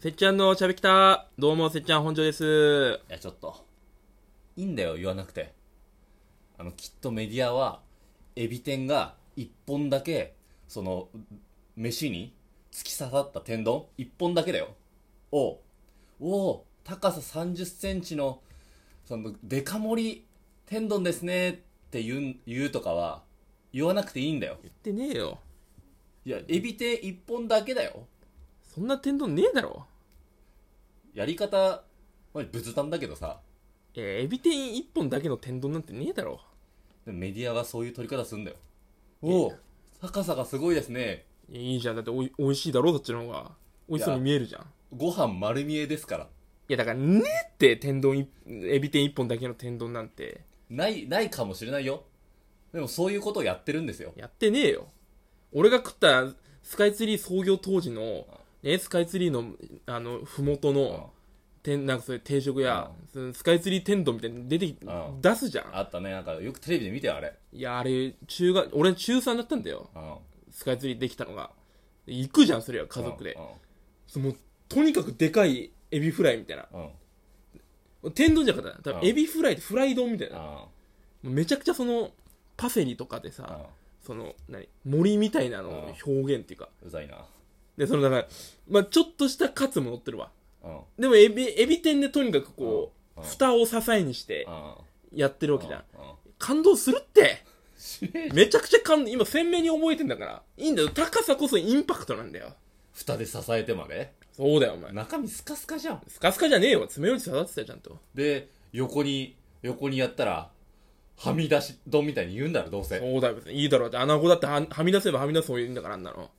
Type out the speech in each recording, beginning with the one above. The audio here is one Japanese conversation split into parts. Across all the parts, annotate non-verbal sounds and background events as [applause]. せっちゃんのしゃべきたどうもせっちゃん本庄ですいやちょっといいんだよ言わなくてあのきっとメディアはエビ天が1本だけその飯に突き刺さった天丼1本だけだよをおお高さ3 0センチのそのデカ盛り天丼ですねって言う言うとかは言わなくていいんだよ言ってねえよいやエビ天1本だけだよそんな天丼ねえだろやり方まあ仏壇だけどさいやエビ天一本だけの天丼なんてねえだろでもメディアはそういう取り方するんだよおお高さがすごいですねいやいいじゃんだっておい美味しいだろそっちの方が美味しそうに見えるじゃんいご飯丸見えですからやだからねえって天丼いエビ天一本だけの天丼なんてないないかもしれないよでもそういうことをやってるんですよやってねえよ俺が食ったスカイツリー創業当時の、ね、スカイツリーのあの麓の天なんかそういう定食や、そのスカイツリー天丼みたいに出てき、うん出すじゃんあったねなんかよくテレビで見てよあれいやあれ中学俺中3だったんだようんスカイツリーできたのが行くじゃんそれは家族でそのとにかくでかいエビフライみたいなうんうんうん天丼じゃなかったな多うん分エビフライってフライ丼みたいなめちゃくちゃそのパセリとかでうんさその何森みたいなのを表現っていうかうざいなでそのだからまあちょっとしたカツも乗ってるわうんでもエビエビ天でとにかくこううんうん蓋を支えにしてうんやってるわけじゃんうん感動するってしねえめちゃくちゃ感今鮮明に覚えてんだからいいんだよ高さこそインパクトなんだよ蓋で支えてまでそうだよお前中身スカスカじゃんスカスカじゃねえよ爪楊枝刺さってたよちゃんとで横に横にやったらはみ出し丼みたいに言うんだろどうせそうだよ別にいいだろうって穴子だってははみ出せばはみ出す方がいいんだからあんなの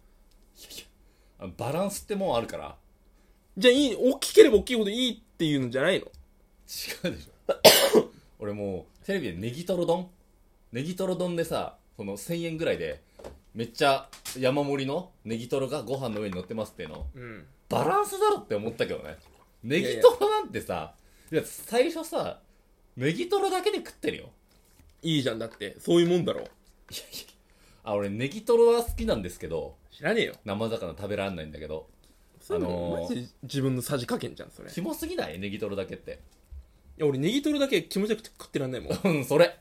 あのバランスってもんあるからじゃあいい大きければ大きいほどいいっていうのじゃないの違うでしょ俺もうテレビでネギトロ丼ネギトロ丼でさその1000円ぐらいでめっちゃ山盛りのネギトロがご飯の上に乗ってますっていうのうんバランスだろって思ったけどねネやいやギトロなんてさいや最初さネギトロだけで食ってるよいいじゃんだってそういうもんだろあ俺ネギトロは好きなんですけど知らねえよ生魚食べらんないんだけどそういうのあのーマジで自分のさじ加減じゃんそれいキモすぎないネギトロだけってや俺ネギトロだけ気持ちよくて食ってらんないもんうんそれ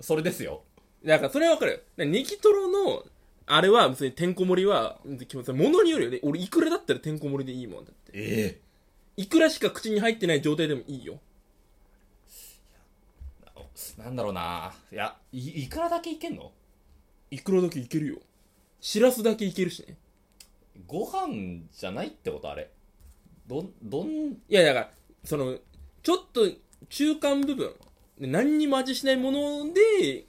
それですよ [laughs] だからそれはわかるよだからネギトロのあれは別にてんこ盛りは気持ちものによるよね俺いくらだったらてんこ盛りでいいもんだってえいくらしか口に入ってない状態でもいいよえなんだろうないやいいくらだけいけんのいくらだけいけるよしらすだけいけるしねご飯じゃないってことあれどんどんいやだからそのちょっと中間部分何にも味しないもので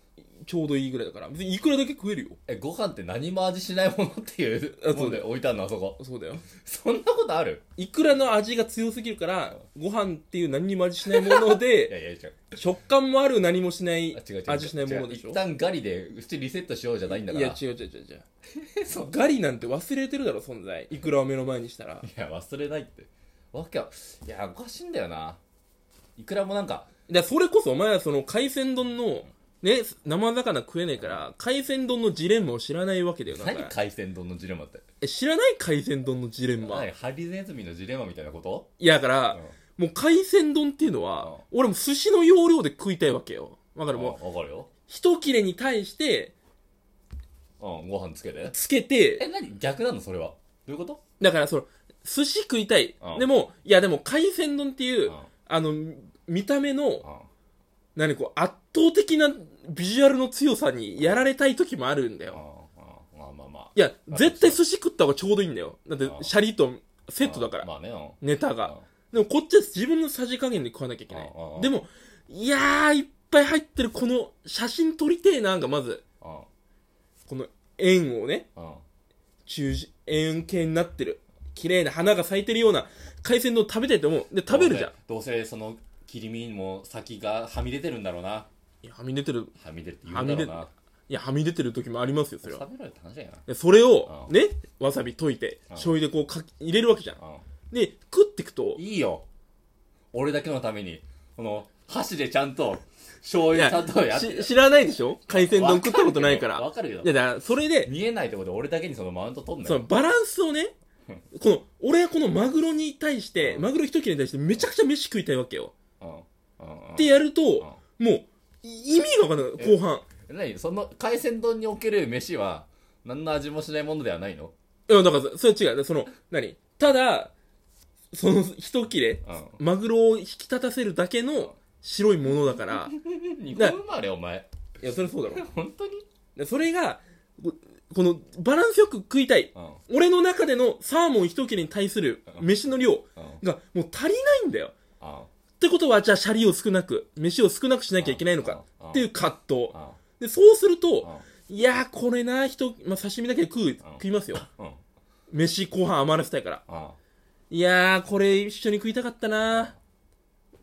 ちょうどいいぐらいだから別にいくらだけ食えるよえご飯って何も味しないものっていうあもそんうだでよ置いてあるのあそこそうだよそんなことあるいくらの味が強すぎるからご飯っていう何にも味しないものい [laughs] やでいや違う食感もある何もしないあ違う違う違う味しないものでし違うょ一旦ガリでうちリセットしようじゃないんだいからや違う違う違う違う [laughs] そいガリなんて忘れてるだろ存在いくらを目の前にしたらや忘れないってわけはいやおかしいんだよないくらもなんかだからそれこそお前はその海鮮丼の、ね、生魚食えないから海鮮丼のジレンマを知らないわけだよだから何海鮮丼のジレンマってえ知らない海鮮丼のジレンマ何ハリネズミのジレンマみたいなこといやだから、もう海鮮丼っていうのは、俺も寿司の要領で食いたいわけよだからうんもうわかるよ一切れに対してうんご飯つけてつけえて何逆なのそれはどういうことだからその寿司食いたいうんでもいやでも海鮮丼っていううんあの見た目のうん何こう圧倒的なビジュアルの強さにやられたい時もあるんだようんうんまあまあまあいや、あ絶対寿司食った方がちょうどいいんだよ。だってあ、あシャリとセットだから、まあね、うんネタが。でも、こっちは自分のさじ加減で食わなきゃいけないあああ。あでも、いやー、いっぱい入ってるこの写真撮りてえな、がまず、うんこの円をね、うん中心、円形になってる。綺麗な花が咲いてるような海鮮丼食べたいと思う。で、食べるじゃん。どうせどうせその切り身も先がはみ出てるんだろうないや、はみ出てる、はみ出て言うんだろうないや、はみ出てる時もありますよ、それは。食べろよって話やなでそれをあ、あね、わさび溶いて、醤油でこうかき入れるわけじゃん。で、食ってくとうん、いいよ俺だけのためにこの箸でちゃんと醤油ちゃんとやってし知らないでしょ海鮮丼食ったことないから。わかるけどわかいやるけどだからそれで、見えないところで俺だけにそのマウント取んなそよのバランスをね、この、俺はこのマグロに対して、うんマグロ一切れに対してめちゃくちゃ飯食いたいわけよ。うんうんうんってやると、もう、い意味がわかんない、後半。何その海鮮丼における飯は何の味もしないものではないのいや、だから、それは違う。その、何ただ、その、一切れ、うんマグロを引き立たせるだけの白いものだ [laughs] から、日本生まれお前いや、それそうだろ本当にで。それが、ここの、バランスよく食いたい。うん俺の中でのサーモン一切れに対する飯の量うんうんが、もう足りないんだよ。ってことは、じゃあ、シャリを少なく、飯を少なくしなきゃいけないのかうんっていう葛藤。うんで、そうすると、ういやー、これな、人、まあ、刺身だけで食う、食いますよ。んうん飯後半余らせたいから。うんいやー、これ一緒に食いたかったな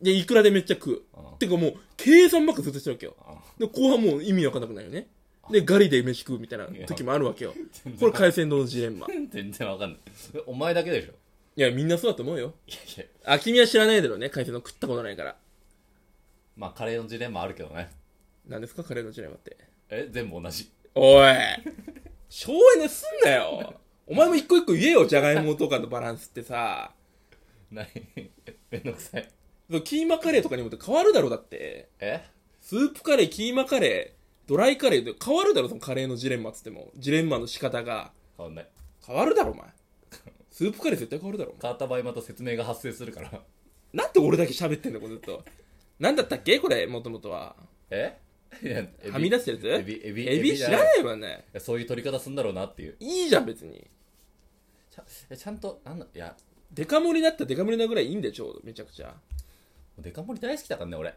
で、いくらでめっちゃ食うう。んてかもう、計算ばっかずっとしてるわけよ。うんで、後半もう意味わかんなくなるよね。で、ガリで飯食うみたいな時もあるわけよ。これ海鮮丼のジレンマ。い全然わかんないお前だけでしょや、みんなそうだと思うよ。いやいやあ、君は知らないだろうね。海鮮丼食ったことないから。まあカレーのジレンマあるけどね何ですかカレーのジレンマって。え全部同じおい [laughs] 省エネすんなよお前も一個一個言えよ、じゃがいもとかのバランスってさ。何めんどくさいそうキーマカレーとかにもって変わるだろ、だって。えスープカレー、キーマカレー、ドライカレーで変わるだろ、そのカレーのジレンマっつっても。ジレンマの仕方が。変わんない変わるだろ、お前。スープカレー絶対変わるだろ、お前変わった場合また説明が発生するからなんで俺だけ喋ってんの、これずっと。なんだったっけこれ、もともとは。えいやエビはみ出したやつエビエビエビ知じゃらなないいわね。いやそういう取り方すんだろうなっていういいじゃん、別に。ちゃえちゃんとなんだいやデカ盛りだったらデカ盛りなぐらいいいんだよ、ちょうど。めちゃくちゃ。デカ盛り大好きだからね俺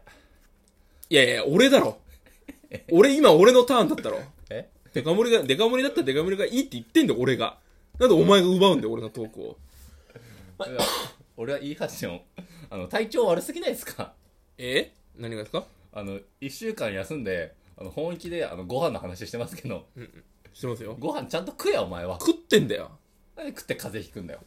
いやいや、俺だろ。俺、今俺のターンだったろ。えデカ盛りが、デカ盛りだったらデカ盛りがいいって言ってんだよ、俺が。なんでお前が奪うんだよ、俺のトークを。いや俺は言い発信をあの体調悪すぎないですかえ何がですかあの1週間休んであの本気であのご飯の話してますけどしてますよ。ご飯ちゃんと食えよお前は食ってんだよ。なんで食って風邪ひくんだよ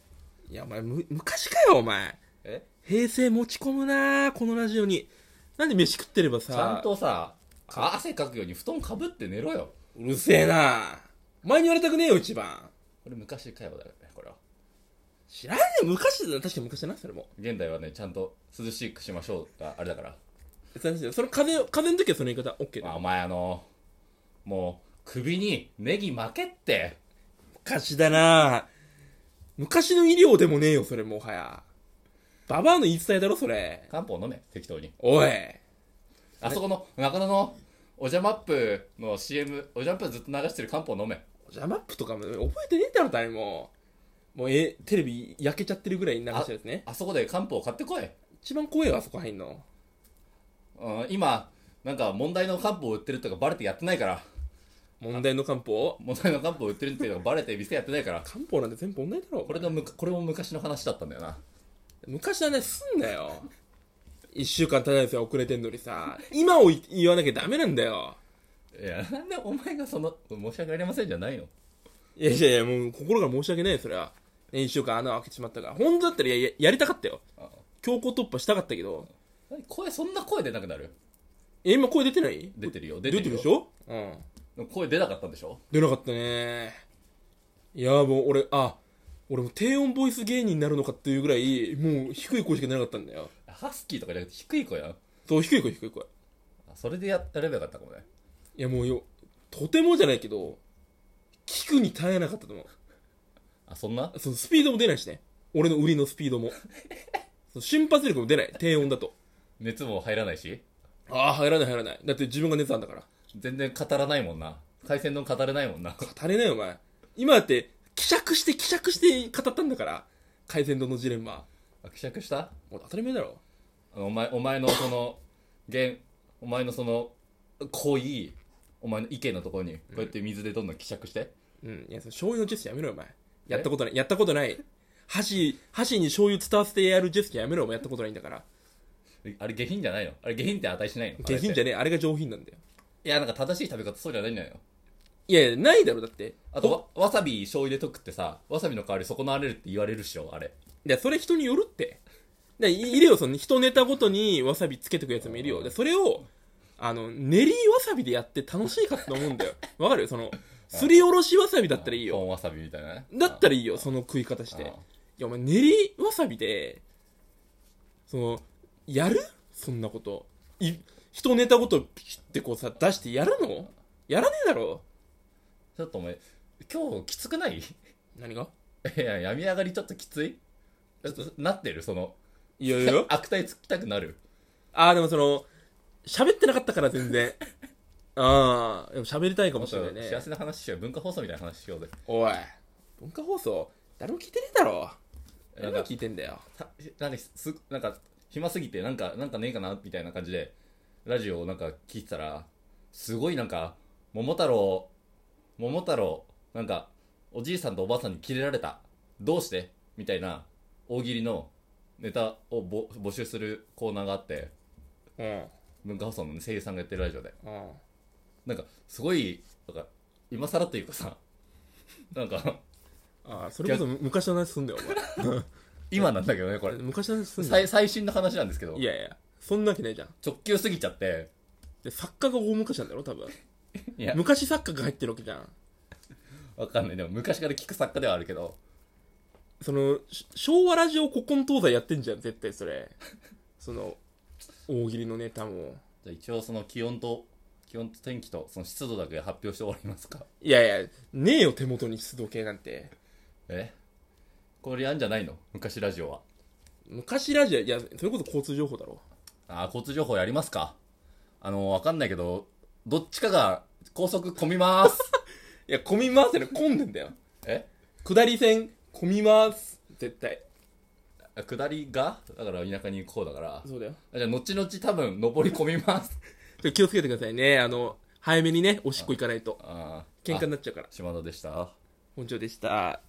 いや、お前、む、昔かよ、お前。え平成持ち込むなあこのラジオに。なんで飯食ってればさ。ちゃん。とさあ汗かくように布団かぶって寝ろようるせえなお前に言われたくねえよ、一番。これ昔会話だよねこれは知らんよ、昔だな。確かに昔だな、それも。現代はねちゃんと涼しくしましょうがあれだからそれその風邪、風邪の時はその言い方、オッケーまあだ。お前あのもう首にネギ負けって昔だなあ昔の医療でもねえよ、それもはや。ババアの言い伝えだろ、それ。漢方飲め適当におい。あそこの中野のおじゃマップの CM おじゃマップずっと流してる漢方飲めジャマップとかも覚えてねえだろ、誰も。もう、え、テレビ焼けちゃってるぐらい流してるやつね。あそこで漢方買ってこい、一番怖いわ、あそこ入んの。うん、今なんか問題の漢方売ってるとかバレてやってないから問題の漢方問題の漢方売ってるっていうのがバレて店やってないから漢方なんて全部同じだろ。これのむかこれも昔の話だったんだよな昔はね、すんなよ。一週間経たないですよ、遅れてんのにさ。今をい言わなきゃダメなんだよ。いやなんでお前がその申し訳ありませんじゃないのいやいやいや、もう心から申し訳ないよ、それは。ね、一週間穴を開けてしまったから。本当だったらやややりたかったよああ。強行突破したかったけど。何声そんな声出なくなるえ、今声出てない出てるよ出出ててるでるよしょうん。声出なかったんでしょ出なかったねいやもう俺あ俺もう低音ボイス芸人になるのかっていうぐらいもう低い声しか出なかったんだよハスキーとかじゃなくて低い声やんそう低い声低い声あそれでややればよかったかもねいやもうよとてもじゃないけど聞くに耐えなかったと思あそんなうそのスピードも出ないしね俺の売りのスピード [laughs] もその瞬発力も出ない低音だと熱も入らないしああ入らない入らないだって自分が熱あんだから全然語らないもんな海鮮丼語れないもんな [laughs] 語れないよお前今だって希釈して希釈して語ったんだから海鮮丼のジレンマあ希釈したもう当たり前だろあのお前お前のその現お前のその濃いお前の意見のところにこうやって水でどんどん希釈して、うん、いや、その醤油のジェスチャーやめろよ、お前。やったことない、やったことない。箸、箸に醤油伝わせてやるジェスチャーやめろよ、お前やったことないんだから。あれ下品じゃないのあれ下品って値しないの下品じゃねねえ、あれが上品なんだよ。いやなんか正しい食べ方そうじゃないんだよいやいや、ないだろ、だって。あとわわさび醤油で溶くってさわさびの代わり損なわれるって言われるっしょあれいや、それ人によるって。だいいるよ、その、一ネタごとにわさびつけてくやつもいるよ。で、それを、あの、練りわさびでやって楽しいかって思うんだよ。わかるその、すりおろしわさびだったらいいよ。本わさびみたいなねだったらいいいいよ、その食い方して。いああや、お前練りわさびで、その、やるそんなこと。い、人ネタごとピシってこうさ、出してやるのやらねえだろ。ちょっとお前今日きつくないい何がや病み上がりちょっときついちょっとなってるその。いやいや [laughs] 悪態つきたくなるああ、でもその、喋ってなかったから全然。ああ、でも喋りたいかもしれないもっと幸ね。せな話しよう文化放送みたいな話しようぜおい、文化放送、誰も聞いてねえだろ。な誰んがか聞いてんだよ。たなんかすなんか暇すぎてなんかなんかねえかなみたいな感じでラジオをなんか聞いてたらすごいなんか桃太郎桃太郎なんかおじいさんとおばあさんにキレられたどうしてみたいな大喜利のネタをぼ募集するコーナーがあってうん。文化放送のね、声優さんがやってるラジオでうん。なんかすごいなんか今更というかさなんかああ、それこそ昔の話すんだよ、今なんだけどねこおれ [laughs] 前。昔の話すんだよ。最最新の話なんですけどいやいや、そんなわけないじゃん。直球すぎちゃってで、作家が大昔なんだろ、多分。いや昔作家が入ってるわけじゃん。わかんない。でも昔から聞く作家ではあるけど。その、し昭和ラジオ古今東西やってんじゃん、絶対それ。その、大喜利のネタも。じゃあ一応その気温と、気温と天気とその湿度だけ発表して終わりますか。いやいや、ねえよ、手元に湿度計なんて。えこれやんじゃないの昔ラジオは。昔ラジオ、いや、それこそ交通情報だろ。あー、交通情報やりますかあの、わかんないけど、どっちかが高速混みます。いや、混みますよね、混んでんだよ。え下り線、混みます。絶対。あ下りがだから田舎に行こうだから。そうだよ。あじゃあ後々多分上り込みます。ちょ気をつけてくださいね。あの、早めにね、おしっこ行かないと。あー喧嘩あになっちゃうから。島田でした。本庄でした。